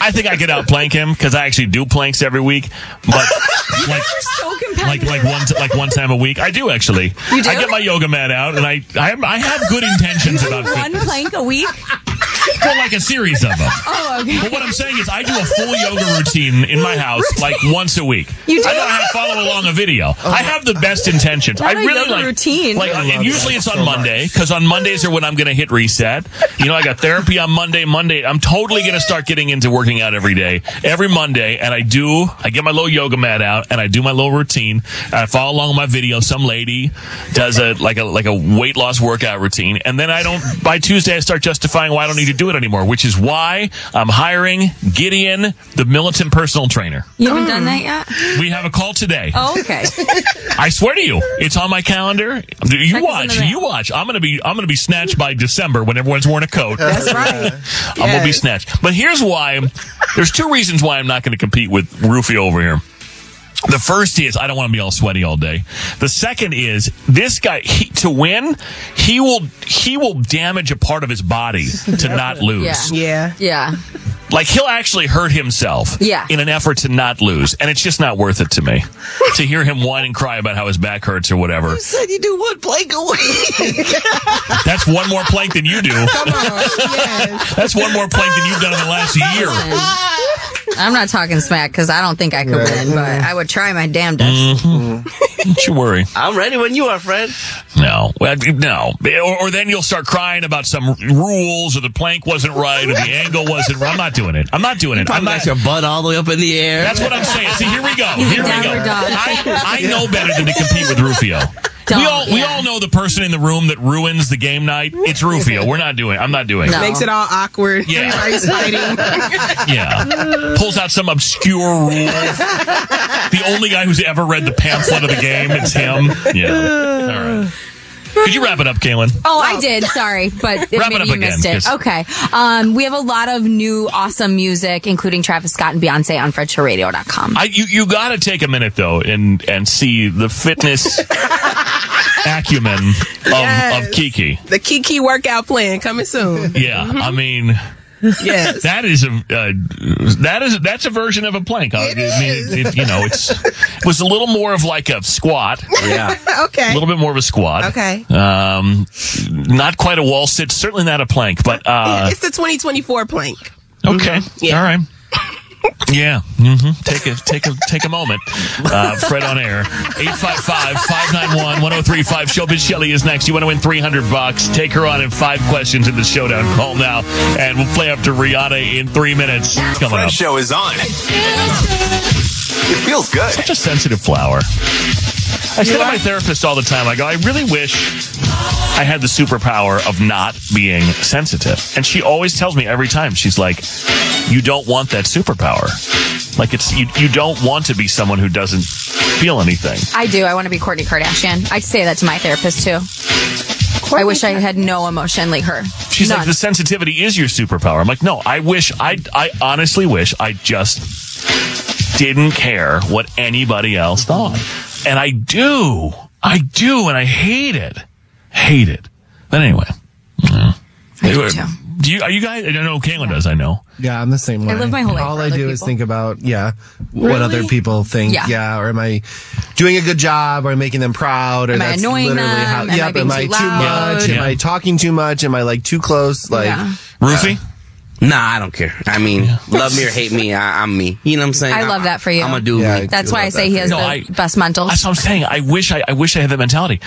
Speaker 4: I think I could outplank him because I actually do planks every week, but like
Speaker 1: so
Speaker 4: like
Speaker 1: competitive.
Speaker 4: like one t- like one time a week. I do actually.
Speaker 1: You do?
Speaker 4: I get my yoga mat out and I I, am- I have good intentions about
Speaker 1: one
Speaker 4: fitness.
Speaker 1: plank a week?
Speaker 4: Well, like a series of them.
Speaker 1: Oh, okay.
Speaker 4: But what I'm saying is, I do a full yoga routine in my house like once a week.
Speaker 1: You do?
Speaker 4: I don't have to follow along a video. I have the best intentions.
Speaker 1: I
Speaker 4: I
Speaker 1: like
Speaker 4: really
Speaker 1: yoga
Speaker 4: like
Speaker 1: routine.
Speaker 4: Like, uh,
Speaker 1: I love
Speaker 4: and usually
Speaker 1: that
Speaker 4: it's on
Speaker 1: so
Speaker 4: Monday because on Mondays are when I'm going to hit reset. You know, I got therapy on Monday. Monday, I'm totally going to start getting into working out every day, every Monday. And I do. I get my little yoga mat out and I do my little routine. And I follow along with my video. Some lady does a like a like a weight loss workout routine, and then I don't. By Tuesday, I start justifying why I don't need to do it anymore, which is why I'm hiring Gideon, the militant personal trainer.
Speaker 1: You haven't done that yet?
Speaker 4: We have a call today.
Speaker 1: Oh, okay.
Speaker 4: I swear to you, it's on my calendar. You
Speaker 1: Check us in
Speaker 4: watch,
Speaker 1: the mail.
Speaker 4: you watch. I'm gonna be, I'm gonna be snatched by December when everyone's wearing a coat.
Speaker 7: That's right.
Speaker 4: I'm gonna be snatched. But here's why. There's two reasons why I'm not gonna compete with Rufio over here. The first is I don't want to be all sweaty all day. The second is this guy he, to win, he will he will damage a part of his body to not lose.
Speaker 7: Yeah.
Speaker 1: Yeah.
Speaker 4: Like he'll actually hurt himself
Speaker 1: Yeah.
Speaker 4: in an effort to not lose. And it's just not worth it to me to hear him whine and cry about how his back hurts or whatever.
Speaker 7: said you do one plank a week.
Speaker 4: That's one more plank than you do. That's one more plank than you've done in the last year.
Speaker 1: I'm not talking smack because I don't think I could win, but
Speaker 4: Mm.
Speaker 1: I would try my damnedest.
Speaker 4: Mm-hmm. Don't you worry.
Speaker 3: I'm ready when you are, Fred.
Speaker 4: No. Well, No. Or, or then you'll start crying about some rules or the plank wasn't right or the angle wasn't right. I'm not doing it. I'm not doing it. I'm
Speaker 3: Probably
Speaker 4: not.
Speaker 3: got your butt all the way up in the air.
Speaker 4: That's what I'm saying. See, here we go.
Speaker 3: He's a
Speaker 4: Oh, Here we go.
Speaker 3: downward dog.
Speaker 4: I, I know better than to compete with Rufio. we all we all know the person in the room that ruins the game night. It's Rufio. We're not doing. I'm not doing. it.
Speaker 7: Makes it all awkward.
Speaker 4: Yeah.
Speaker 7: Everybody's fighting.
Speaker 4: Yeah. Pulls out some obscure rule. Mm. the only guy who's ever read the pamphlet of the game, it's him. Yeah. All right. Could you wrap it up, Kaylin?
Speaker 1: Oh, I did. Sorry, but
Speaker 4: Wrap it
Speaker 1: maybe
Speaker 4: up
Speaker 1: you
Speaker 4: again,
Speaker 1: missed it.
Speaker 4: 'cause-
Speaker 1: Okay. Um, we have a lot of new awesome music, including Travis Scott and Beyonce on FredShowRadio.com.
Speaker 4: I, you you got to take a minute though and and see the fitness acumen of,
Speaker 7: Yes.
Speaker 4: of Kiki.
Speaker 7: The Kiki workout plan coming soon. Mm-hmm.
Speaker 4: Yeah, I mean,
Speaker 7: Yes.
Speaker 4: that is a uh, that is that's a version of a plank. I mean, it- it- you know, it's it was a little more of like a squat.
Speaker 7: Yeah. Okay.
Speaker 4: A little bit more of a squat.
Speaker 7: Okay.
Speaker 4: Um, not quite a wall sit. Certainly not a plank, but uh,
Speaker 7: it's the 2024 plank. Mm-hmm.
Speaker 4: okay. All right. Yeah. hmm Take a take a take a moment. Uh, Fred on air. 855-591-1035. Showbiz Shelley is next. You want to win 300 bucks. Take her on in five questions in the showdown. Call now and we'll play up to Rihanna in 3 minutes.
Speaker 8: The
Speaker 4: Coming
Speaker 8: Fred
Speaker 4: up.
Speaker 8: Show is on. It feels good.
Speaker 4: Such a sensitive flower. I say to my therapist all the time, I go, I really wish I had the superpower of not being sensitive. And she always tells me every time, she's like, you don't want that superpower. Like it's, you, you don't want to be someone who doesn't feel anything.
Speaker 1: I do. I want to be Courtney Kardashian. I say that to my therapist too. I wish I had no emotion like her.
Speaker 4: She's
Speaker 1: None.
Speaker 4: like, the sensitivity is your superpower. I'm like, no, I wish, I, I honestly wish I just didn't care what anybody else thought. And I do. I do. And I hate it. Hate it. But anyway. yeah.
Speaker 1: do too.
Speaker 4: Do you, are you guys, I don't know, Caitlin does, I know.
Speaker 15: Yeah, I'm the same
Speaker 1: I
Speaker 15: way.
Speaker 1: live my whole life
Speaker 15: All
Speaker 1: for
Speaker 15: I
Speaker 1: other
Speaker 15: do is
Speaker 1: people.
Speaker 15: think about yeah, what
Speaker 1: Really?
Speaker 15: other people think.
Speaker 1: Yeah.
Speaker 15: Yeah. or am I doing a good job? Or am I making them proud? Or
Speaker 1: Am I
Speaker 15: that's
Speaker 1: annoying
Speaker 15: literally
Speaker 1: them?
Speaker 15: how.
Speaker 1: Am I
Speaker 15: yep.
Speaker 1: being
Speaker 15: am
Speaker 1: too
Speaker 15: I too
Speaker 1: loud?
Speaker 15: much?
Speaker 1: Yeah.
Speaker 15: Am I talking too much? Am I like too close? Like
Speaker 1: Yeah.
Speaker 4: Roofie?
Speaker 5: Uh, Nah, I don't care. I mean, love me or hate me, I, I'm me. You know what I'm saying?
Speaker 1: I love that for you.
Speaker 5: I'm gonna do. me.
Speaker 1: That's why I say he has
Speaker 4: No,
Speaker 1: the
Speaker 4: I-
Speaker 1: best mental.
Speaker 4: That's what I'm saying. I wish I, I wish I had that mentality.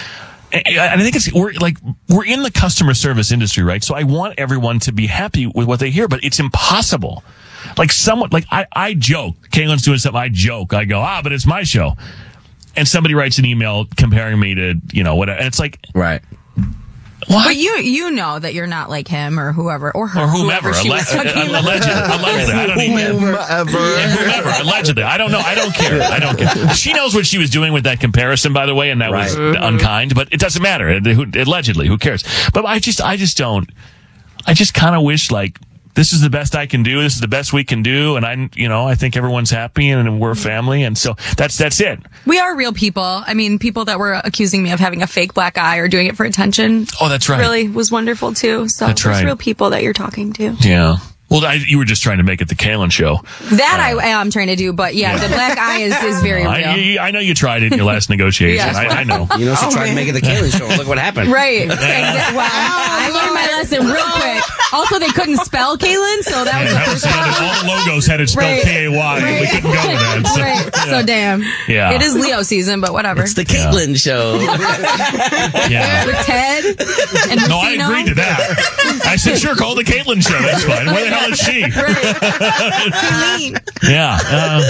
Speaker 4: And and I think it's we're like we're in the customer service industry, right? So I want everyone to be happy with what they hear, but it's impossible. Like someone, like I, I joke. Caitlin's doing something. I joke. I go, ah, but it's my show. And somebody writes an email comparing me to you know whatever. And it's like right.
Speaker 1: But you you know that you're not like him or whoever or her
Speaker 4: Or whomever,
Speaker 1: she was
Speaker 4: alleged,
Speaker 1: talking
Speaker 4: allegedly,
Speaker 1: about.
Speaker 4: allegedly, I don't even, Yeah, whomever, allegedly, I don't know, I don't care, I don't care. She knows what she was doing with that comparison, by the way, and that was
Speaker 5: Right.
Speaker 4: unkind, but it doesn't matter. It- who- Allegedly, who cares? But I just, I just don't. I just kind of wish like this is the best I can do. This is the best we can do, and I, you know, I think everyone's happy and we're family, and so that's that's it.
Speaker 1: We are real people. I mean, people that were accusing me of having a fake black eye or doing it for attention.
Speaker 4: Oh, that's right.
Speaker 1: Really was wonderful too. So
Speaker 4: That's
Speaker 1: there's
Speaker 4: right.
Speaker 1: real people that you're talking to.
Speaker 4: Yeah. Well, I, you were just trying to make it the Kalen show.
Speaker 1: That I am trying to do, but yeah, the black eye is, is very real.
Speaker 4: Uh, I, you- I know you tried it in your last negotiation.
Speaker 1: Yeah.
Speaker 4: I, I know.
Speaker 5: You know, she tried to make it the Kalen show. Look what happened.
Speaker 1: Right. Exactly. Wow. I learned my lesson real quick. Also, they couldn't spell Kaylin, so that was
Speaker 4: Yeah,
Speaker 1: the
Speaker 4: that was
Speaker 1: first
Speaker 4: the other- all the logos had it spelled
Speaker 1: Right.
Speaker 4: K A Y. and We
Speaker 1: Right.
Speaker 4: couldn't go with that. So,
Speaker 1: Right.
Speaker 4: yeah.
Speaker 1: So damn.
Speaker 4: Yeah.
Speaker 1: It is Leo season, but whatever.
Speaker 5: It's the Caitlyn show.
Speaker 4: Yeah.
Speaker 1: With Ted and
Speaker 4: No, I
Speaker 1: Rufino.
Speaker 4: agreed to that. I said, sure, call the Caitlin show. That's fine. Where the hell is she? Yeah. uh,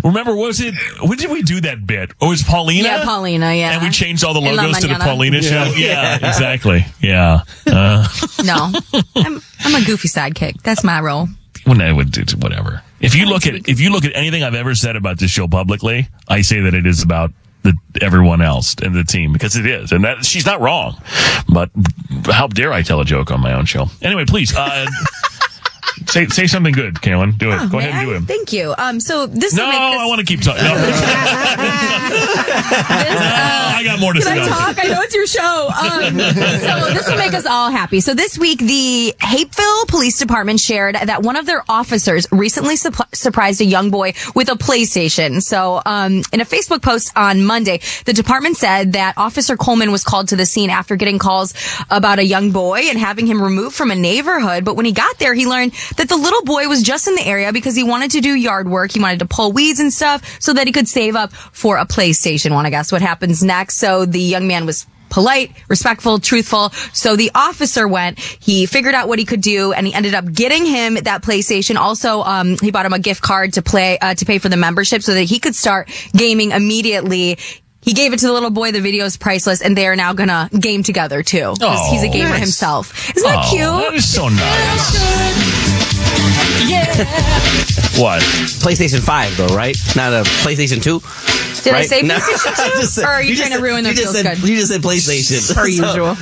Speaker 4: remember, what was it? When did we do that bit? Oh, it was Paulina?
Speaker 1: Yeah, Paulina. Yeah.
Speaker 4: And we changed all the
Speaker 1: And La
Speaker 4: logos to the
Speaker 1: Mañana.
Speaker 4: Paulina
Speaker 1: Yeah.
Speaker 4: show? Yeah,
Speaker 1: Yeah.
Speaker 4: exactly. Yeah. Uh,
Speaker 1: No, I'm, I'm a goofy sidekick. That's my role.
Speaker 4: when I would do whatever. If you look at if you look at anything I've ever said about this show publicly, I say that it is about the everyone else and the team because it is, and that she's not wrong. But how dare I tell a joke on my own show? Anyway, please uh, say say something good, Kaylin. Do it.
Speaker 1: Oh,
Speaker 4: Go
Speaker 1: man.
Speaker 4: ahead and do it.
Speaker 1: Thank you. Um, so this
Speaker 4: No,
Speaker 1: will make this. uh,
Speaker 4: I want to keep talking. No. I got more to
Speaker 1: Can
Speaker 4: say.
Speaker 1: I talk? I know it's your show. Um, so this will make us all happy. So this week, the Hapeville Police Department shared that one of their officers recently supp- surprised a young boy with a PlayStation. So um, in a Facebook post on Monday, the department said that Officer Coleman was called to the scene after getting calls about a young boy and having him removed from a neighborhood. But when he got there, he learned that the little boy was just in the area because he wanted to do yard work. He wanted to pull weeds and stuff so that he could save up for a PlayStation. Want to guess what happens next? So the young man was polite, respectful, truthful. So the officer went, he figured out what he could do and he ended up getting him that PlayStation. Also, um, he bought him a gift card to play, uh, to pay for the membership so that he could start gaming immediately. He gave it to the little boy. The video is priceless and they are now gonna game together too. 'Cause he's a
Speaker 4: Oh,
Speaker 1: gamer
Speaker 4: nice.
Speaker 1: himself. Isn't that
Speaker 4: Oh,
Speaker 1: cute?
Speaker 4: That is so nice. What?
Speaker 5: PlayStation 5, though, right? Not a PlayStation 2.
Speaker 1: Did I
Speaker 5: right?
Speaker 1: say
Speaker 5: No.
Speaker 1: PlayStation 2?
Speaker 5: Just said-
Speaker 1: or are you, trying to ruin their
Speaker 5: you just
Speaker 1: feels
Speaker 5: said,
Speaker 1: good?
Speaker 5: You just said
Speaker 1: Per
Speaker 5: PlayStation. So-
Speaker 1: usual.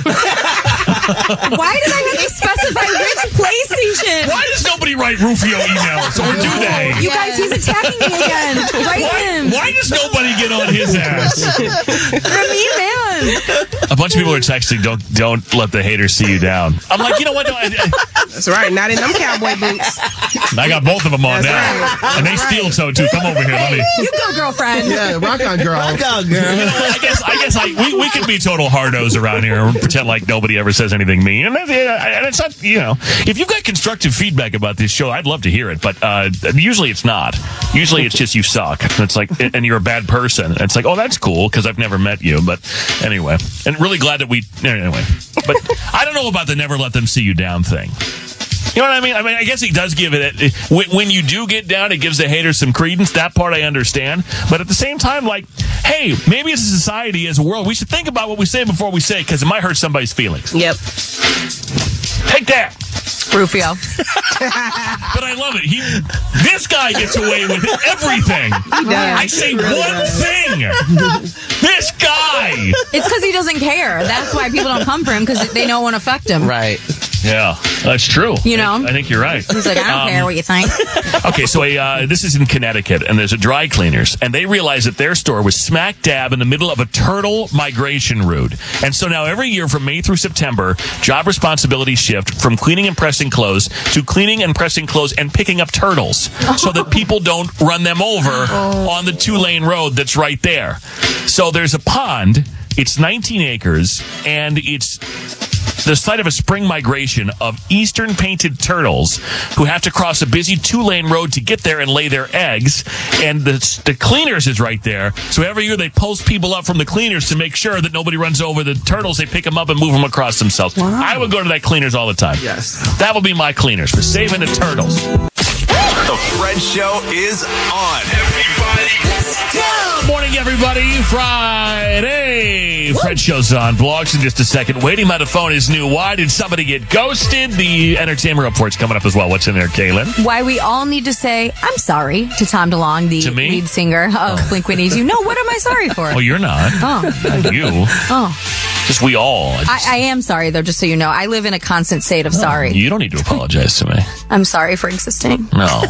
Speaker 1: Why did I have to specify which PlayStation?
Speaker 4: Why does nobody write Rufio emails, or do they?
Speaker 1: You guys, he's attacking me again. Write
Speaker 4: Why,
Speaker 1: him.
Speaker 4: why does nobody get on his ass?
Speaker 1: You're a mean man.
Speaker 4: A bunch of people are texting. Don't don't let the haters see you down. I'm like, you know what? No, I,
Speaker 7: That's right. Not in them cowboy boots.
Speaker 4: I got both of them on
Speaker 7: That's
Speaker 4: now,
Speaker 7: right.
Speaker 4: and they steel toe too. Come over here, let me.
Speaker 7: You go, girlfriend.
Speaker 15: Yeah, rock on, girl. Rock
Speaker 5: on,
Speaker 4: You know, I guess I guess I, we we can be total hardos around here and pretend like nobody ever says anything mean. And, that- yeah, and it's not you know if you've got constructive feedback about this show, I'd love to hear it. But uh, usually it's not. Usually it's just you suck. And it's like and you're a bad person. And it's like oh that's cool because I've never met you. But anyway, and really glad that we anyway. But I don't know about the never let them see you down thing. You know what I mean? I mean, I guess it does give it. it when, when you do get down, it gives the haters some credence. That part I understand. But at the same time, like, hey, maybe as a society, as a world, we should think about what we say before we say it because it might hurt somebody's feelings.
Speaker 2: Yep.
Speaker 4: Take that.
Speaker 1: Rufio.
Speaker 4: but I love it. He, this guy gets away with everything.
Speaker 1: He does.
Speaker 4: I say
Speaker 1: He
Speaker 4: one
Speaker 1: really does.
Speaker 4: thing. this guy.
Speaker 1: It's because he doesn't care. That's why people don't come for him because they know it won't affect him.
Speaker 5: Right.
Speaker 4: Yeah, that's true.
Speaker 1: You know?
Speaker 4: I, I think you're right.
Speaker 1: He's like, I don't
Speaker 4: Um,
Speaker 1: care what you think.
Speaker 4: okay, so a, uh, this is in Connecticut, and there's a dry cleaners, and they realized that their store was smack dab in the middle of a turtle migration route. And so now every year from May through September, job responsibilities shift from cleaning and pressing clothes to cleaning and pressing clothes and picking up turtles so that people don't run them over on the two lane road that's right there. So there's a pond, it's 19 acres, and it's the site of a spring migration of eastern painted turtles who have to cross a busy two lane road to get there and lay their eggs. And the, the cleaners is right there. So every year they post people up from the cleaners to make sure that nobody runs over the turtles. They pick them up and move them across themselves. I would go to that cleaners all the time. Yes. That would be my cleaners for saving the turtles.
Speaker 8: The Fred Show is on. Everybody, let's
Speaker 4: Good morning, everybody. Friday. Fred shows on blogs in just a second. Waiting by the phone is new. Why did somebody get ghosted? The entertainment report's coming up as well. What's in there, Kaylin?
Speaker 1: Why we all need to say, I'm sorry to Tom DeLong, the
Speaker 4: To me?
Speaker 1: lead singer of Blink 182. No, what am I sorry for?
Speaker 4: Oh, you're not.
Speaker 1: Oh.
Speaker 4: Not you.
Speaker 1: Oh.
Speaker 4: Oh, Just we all.
Speaker 1: I, I am sorry, though, just so you know. I live in a constant state of sorry.
Speaker 4: You don't need to apologize to me.
Speaker 1: I'm sorry for existing.
Speaker 4: No.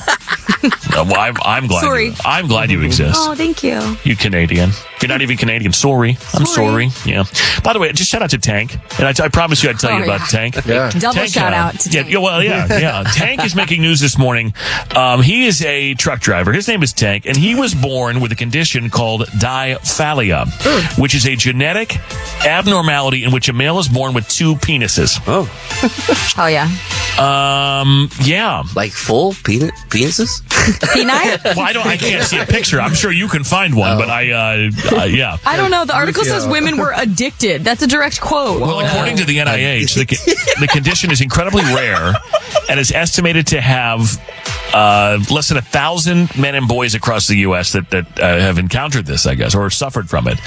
Speaker 4: No, well, I'm, I'm glad.
Speaker 1: Sorry.
Speaker 4: You, I'm glad you exist.
Speaker 1: Oh, thank you.
Speaker 4: You Canadian. You're not even Canadian. Sorry. I'm
Speaker 1: Sorry.
Speaker 4: sorry. Yeah. By the way, just shout out to Tank. And I, I promise you I'd tell
Speaker 1: Oh,
Speaker 4: you about
Speaker 1: yeah.
Speaker 4: Tank.
Speaker 1: Yeah. Double
Speaker 4: Tank,
Speaker 1: shout out to
Speaker 4: yeah,
Speaker 1: Tank.
Speaker 4: yeah, well, yeah, yeah. Tank is making news this morning. Um, he is a truck driver. His name is Tank, and he was born with a condition called diaphalia, which is a genetic abnormality in which a male is born with two penises. Oh.
Speaker 1: Oh, yeah.
Speaker 4: Um. Yeah.
Speaker 5: Like full penis penises.
Speaker 1: Penile?
Speaker 4: well, I don't. I can't see a picture. I'm sure you can find one, but I. Uh, uh, yeah.
Speaker 1: I don't know. The article says women were addicted. That's a direct quote.
Speaker 4: Well, according to the NIH, the, con- the condition is incredibly rare and is estimated to have uh, less than a thousand men and boys across the U.S. that that uh, have encountered this, I guess, or suffered from it.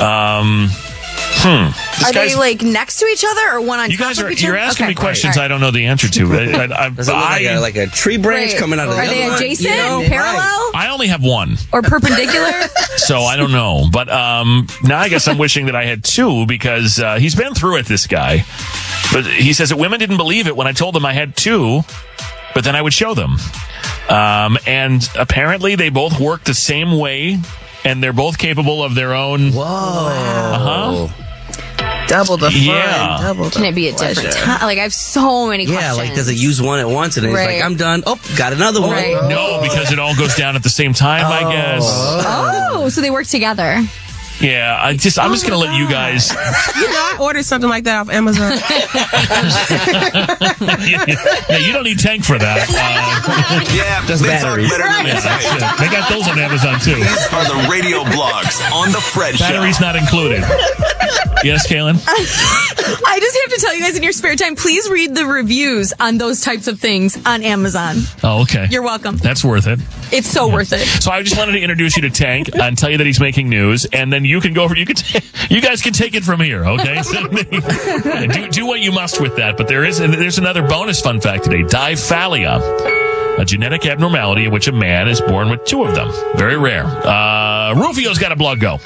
Speaker 4: Um, hmm. This
Speaker 1: Are they
Speaker 4: guy's-
Speaker 1: like next to each other or one on
Speaker 4: you
Speaker 1: top
Speaker 4: guys
Speaker 1: of
Speaker 4: are
Speaker 1: each other?
Speaker 4: you're asking
Speaker 1: Okay.
Speaker 4: me questions
Speaker 1: All
Speaker 4: I
Speaker 1: right.
Speaker 4: don't know the answer to. I, I, I,
Speaker 5: Does it look like a, like a tree branch
Speaker 1: Right.
Speaker 5: coming out of the
Speaker 1: Are they
Speaker 5: other one?
Speaker 1: adjacent,
Speaker 5: You know?
Speaker 1: parallel,
Speaker 4: I only have one.
Speaker 1: or perpendicular?
Speaker 4: so I don't know. But um, now I guess I'm wishing that I had two because uh, he's been through it. This guy, but he says that women didn't believe it when I told them I had two, but then I would show them, um, and apparently they both work the same way, and they're both capable of their own. Whoa. Uh huh.
Speaker 7: Double the fun.
Speaker 4: Yeah.
Speaker 7: Double the
Speaker 1: Can it be a different
Speaker 7: pleasure.
Speaker 1: time? Like I have so many
Speaker 5: Yeah,
Speaker 1: questions.
Speaker 5: like does it use one at once and then
Speaker 1: Right.
Speaker 5: it's like I'm done. Oh, got another one.
Speaker 1: Right.
Speaker 4: No, Oh, because it all goes down at the same time. I guess.
Speaker 1: Oh, so they work together.
Speaker 4: Yeah. I just. I'm just gonna let you guys.
Speaker 7: You know, I ordered something like that off Amazon.
Speaker 4: yeah, you don't need tank for that. Uh,
Speaker 8: Yeah,
Speaker 4: Just
Speaker 8: lids
Speaker 4: batteries.
Speaker 8: are better than
Speaker 4: Yeah,
Speaker 8: tank.
Speaker 4: that's it. They got those on Amazon too.
Speaker 8: These are the radio blogs on the Fred
Speaker 4: Batteries not included. Yes, Kaylin.
Speaker 1: I just have to tell you guys in your spare time, please read the reviews on those types of things on Amazon.
Speaker 4: Oh, okay.
Speaker 1: You're welcome.
Speaker 4: That's worth it.
Speaker 1: It's so worth it.
Speaker 4: So I just wanted to introduce you to Tank and tell you that he's making news, and then you can go over. You can, t- you guys can take it from here. Okay, do do what you must with that. But there is and there's another bonus fun fact today: diaphalia, a genetic abnormality in which a man is born with two of them. Very rare. Uh, Rufio's got a blog go.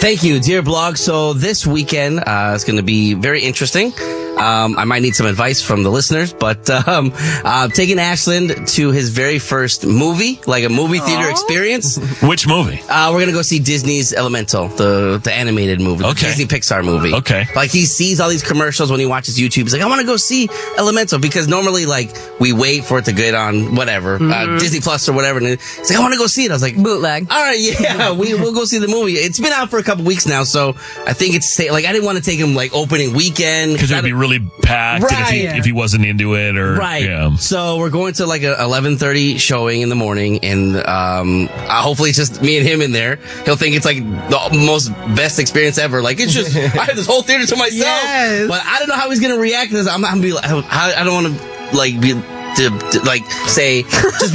Speaker 5: Thank you, dear blog. So this weekend uh, is going to be very interesting. Uh, Um, I might need some advice from the listeners, but um, uh, taking Ashland to his very first movie, like a movie theater experience.
Speaker 4: Which movie?
Speaker 5: Uh, we're gonna go see Disney's Elemental, the the animated movie, the
Speaker 4: Okay.
Speaker 5: Disney Pixar movie.
Speaker 4: Okay.
Speaker 5: Like he sees all these commercials when he watches YouTube. He's like, I want to go see Elemental because normally like we wait for it to get on whatever uh,
Speaker 3: Mhm.
Speaker 5: Disney Plus or whatever. And he's like, I want to go see it. I was like, bootleg. All right, yeah, we will go see the movie. It's been out for a couple weeks now, so I think it's sa- like I didn't want to take him like opening weekend
Speaker 4: Because it would be really packed and if, he,
Speaker 5: Right.
Speaker 4: if he wasn't into it or
Speaker 5: right.
Speaker 4: yeah.
Speaker 5: So we're going to like a 11:30 showing in the morning, and um, uh, hopefully it's just me and him in there. He'll think it's like the most best experience ever. Like it's just I have this whole theater to myself. But I don't know how he's gonna react to this. I'm not gonna be like I, I don't want to like be. To, to, like say, just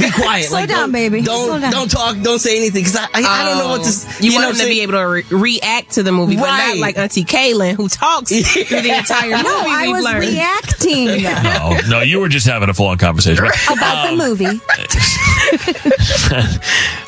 Speaker 5: be quiet.
Speaker 1: Slow
Speaker 5: like,
Speaker 1: down,
Speaker 5: don't,
Speaker 1: baby.
Speaker 5: Don't
Speaker 1: Slow down.
Speaker 5: don't talk. Don't say anything because I, I, I don't know what to. s-
Speaker 7: Oh, You,
Speaker 5: know
Speaker 7: want them
Speaker 5: what
Speaker 7: to
Speaker 5: I'm
Speaker 7: be
Speaker 5: saying?
Speaker 7: able to re- react to the movie, but
Speaker 5: Right.
Speaker 7: not like Auntie Kaylin who talks through the entire movie.
Speaker 1: No, I
Speaker 7: we've
Speaker 1: was
Speaker 7: learned.
Speaker 1: reacting
Speaker 4: No, no, you were just having a full on conversation. Um,
Speaker 1: about the movie.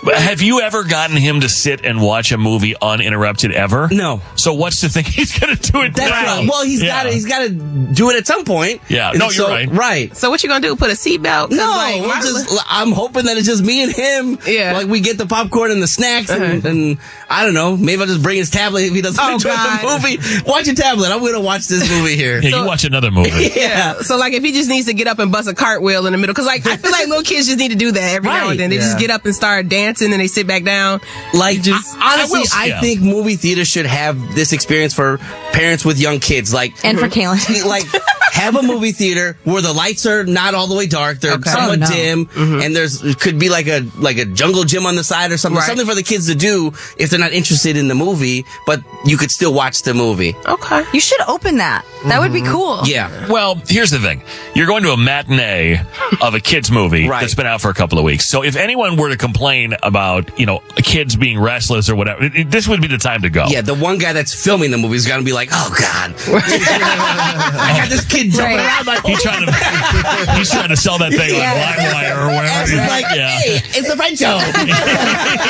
Speaker 4: But have you ever gotten him to sit and watch a movie uninterrupted ever? No. So what's the thing he's going to do it
Speaker 7: That's
Speaker 4: now?
Speaker 7: right. Well, he's
Speaker 4: Yeah.
Speaker 7: gotta- he's
Speaker 5: gotta do it at some point.
Speaker 4: Yeah.
Speaker 5: And
Speaker 4: No,
Speaker 5: so-
Speaker 4: you're right.
Speaker 5: Right.
Speaker 7: So what you gonna do? Put a seatbelt? 'Cause,
Speaker 5: No,
Speaker 7: like,
Speaker 5: we're
Speaker 7: my-
Speaker 5: just, I'm hoping that it's just me and him. Yeah. Like we get the popcorn and the snacks and, and I don't know. Maybe I'll just bring his tablet if he doesn't
Speaker 7: Uh-huh. Oh,
Speaker 5: enjoy
Speaker 7: God.
Speaker 5: the movie. Watch your tablet. I'm going to watch this movie here.
Speaker 4: Yeah, you watch another movie.
Speaker 7: Yeah. So like, if he just needs to get up and bust a cartwheel in the middle, because like I feel like little kids just need to do that every now
Speaker 5: Right.
Speaker 7: and then. They
Speaker 5: Yeah.
Speaker 7: just get up and start dancing, and they sit back down.
Speaker 5: Like,
Speaker 7: just
Speaker 5: I- honestly,
Speaker 7: I will-
Speaker 5: I,
Speaker 7: yeah.
Speaker 5: think movie theater should have this experience for parents with young kids. Like,
Speaker 1: And for Kaylin.
Speaker 5: like, have a movie theater where the lights are not all the way dark; they're
Speaker 1: Okay.
Speaker 5: somewhat
Speaker 1: Oh, no.
Speaker 5: dim,
Speaker 4: Mm-hmm.
Speaker 5: and there's could be like a like a jungle gym on the side or something,
Speaker 7: Right.
Speaker 5: something for the kids to do if they're not interested in the movie, but you could still watch the movie.
Speaker 7: Okay.
Speaker 1: You should open that. That would be cool.
Speaker 5: Yeah.
Speaker 4: Well, here's the thing. You're going to a matinee of a kids movie that's been out for a couple of weeks. So if anyone were to complain about, you know, kids being restless or whatever, it- it- this would be the time to go.
Speaker 5: Yeah, the one guy that's filming the movie is gonna be like, "Oh God, I got this kid
Speaker 7: Right.
Speaker 5: jumping around my whole
Speaker 4: trying to, He's trying to sell that thing on LimeWire or whatever.
Speaker 5: Ash is like,
Speaker 4: yeah.
Speaker 5: "Hey, it's a French show."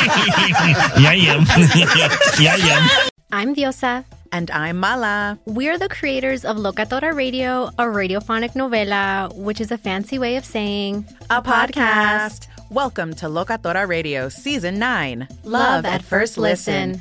Speaker 4: yeah, yeah. yeah, yeah.
Speaker 16: I'm Diosa.
Speaker 17: And I'm Mala.
Speaker 16: We are the creators of Locatora Radio, a radiophonic novela, which is a fancy way of saying
Speaker 17: A podcast. Welcome to Locatora Radio Season 9
Speaker 16: Love at First Listen.